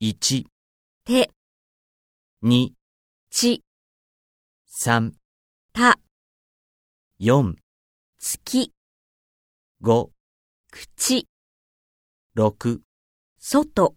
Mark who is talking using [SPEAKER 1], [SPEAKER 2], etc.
[SPEAKER 1] 1、
[SPEAKER 2] て、
[SPEAKER 1] 2、
[SPEAKER 2] ち、
[SPEAKER 1] 3、
[SPEAKER 2] た、
[SPEAKER 1] 4、
[SPEAKER 2] つき、
[SPEAKER 1] 5、
[SPEAKER 2] 口、
[SPEAKER 1] 6
[SPEAKER 2] 外。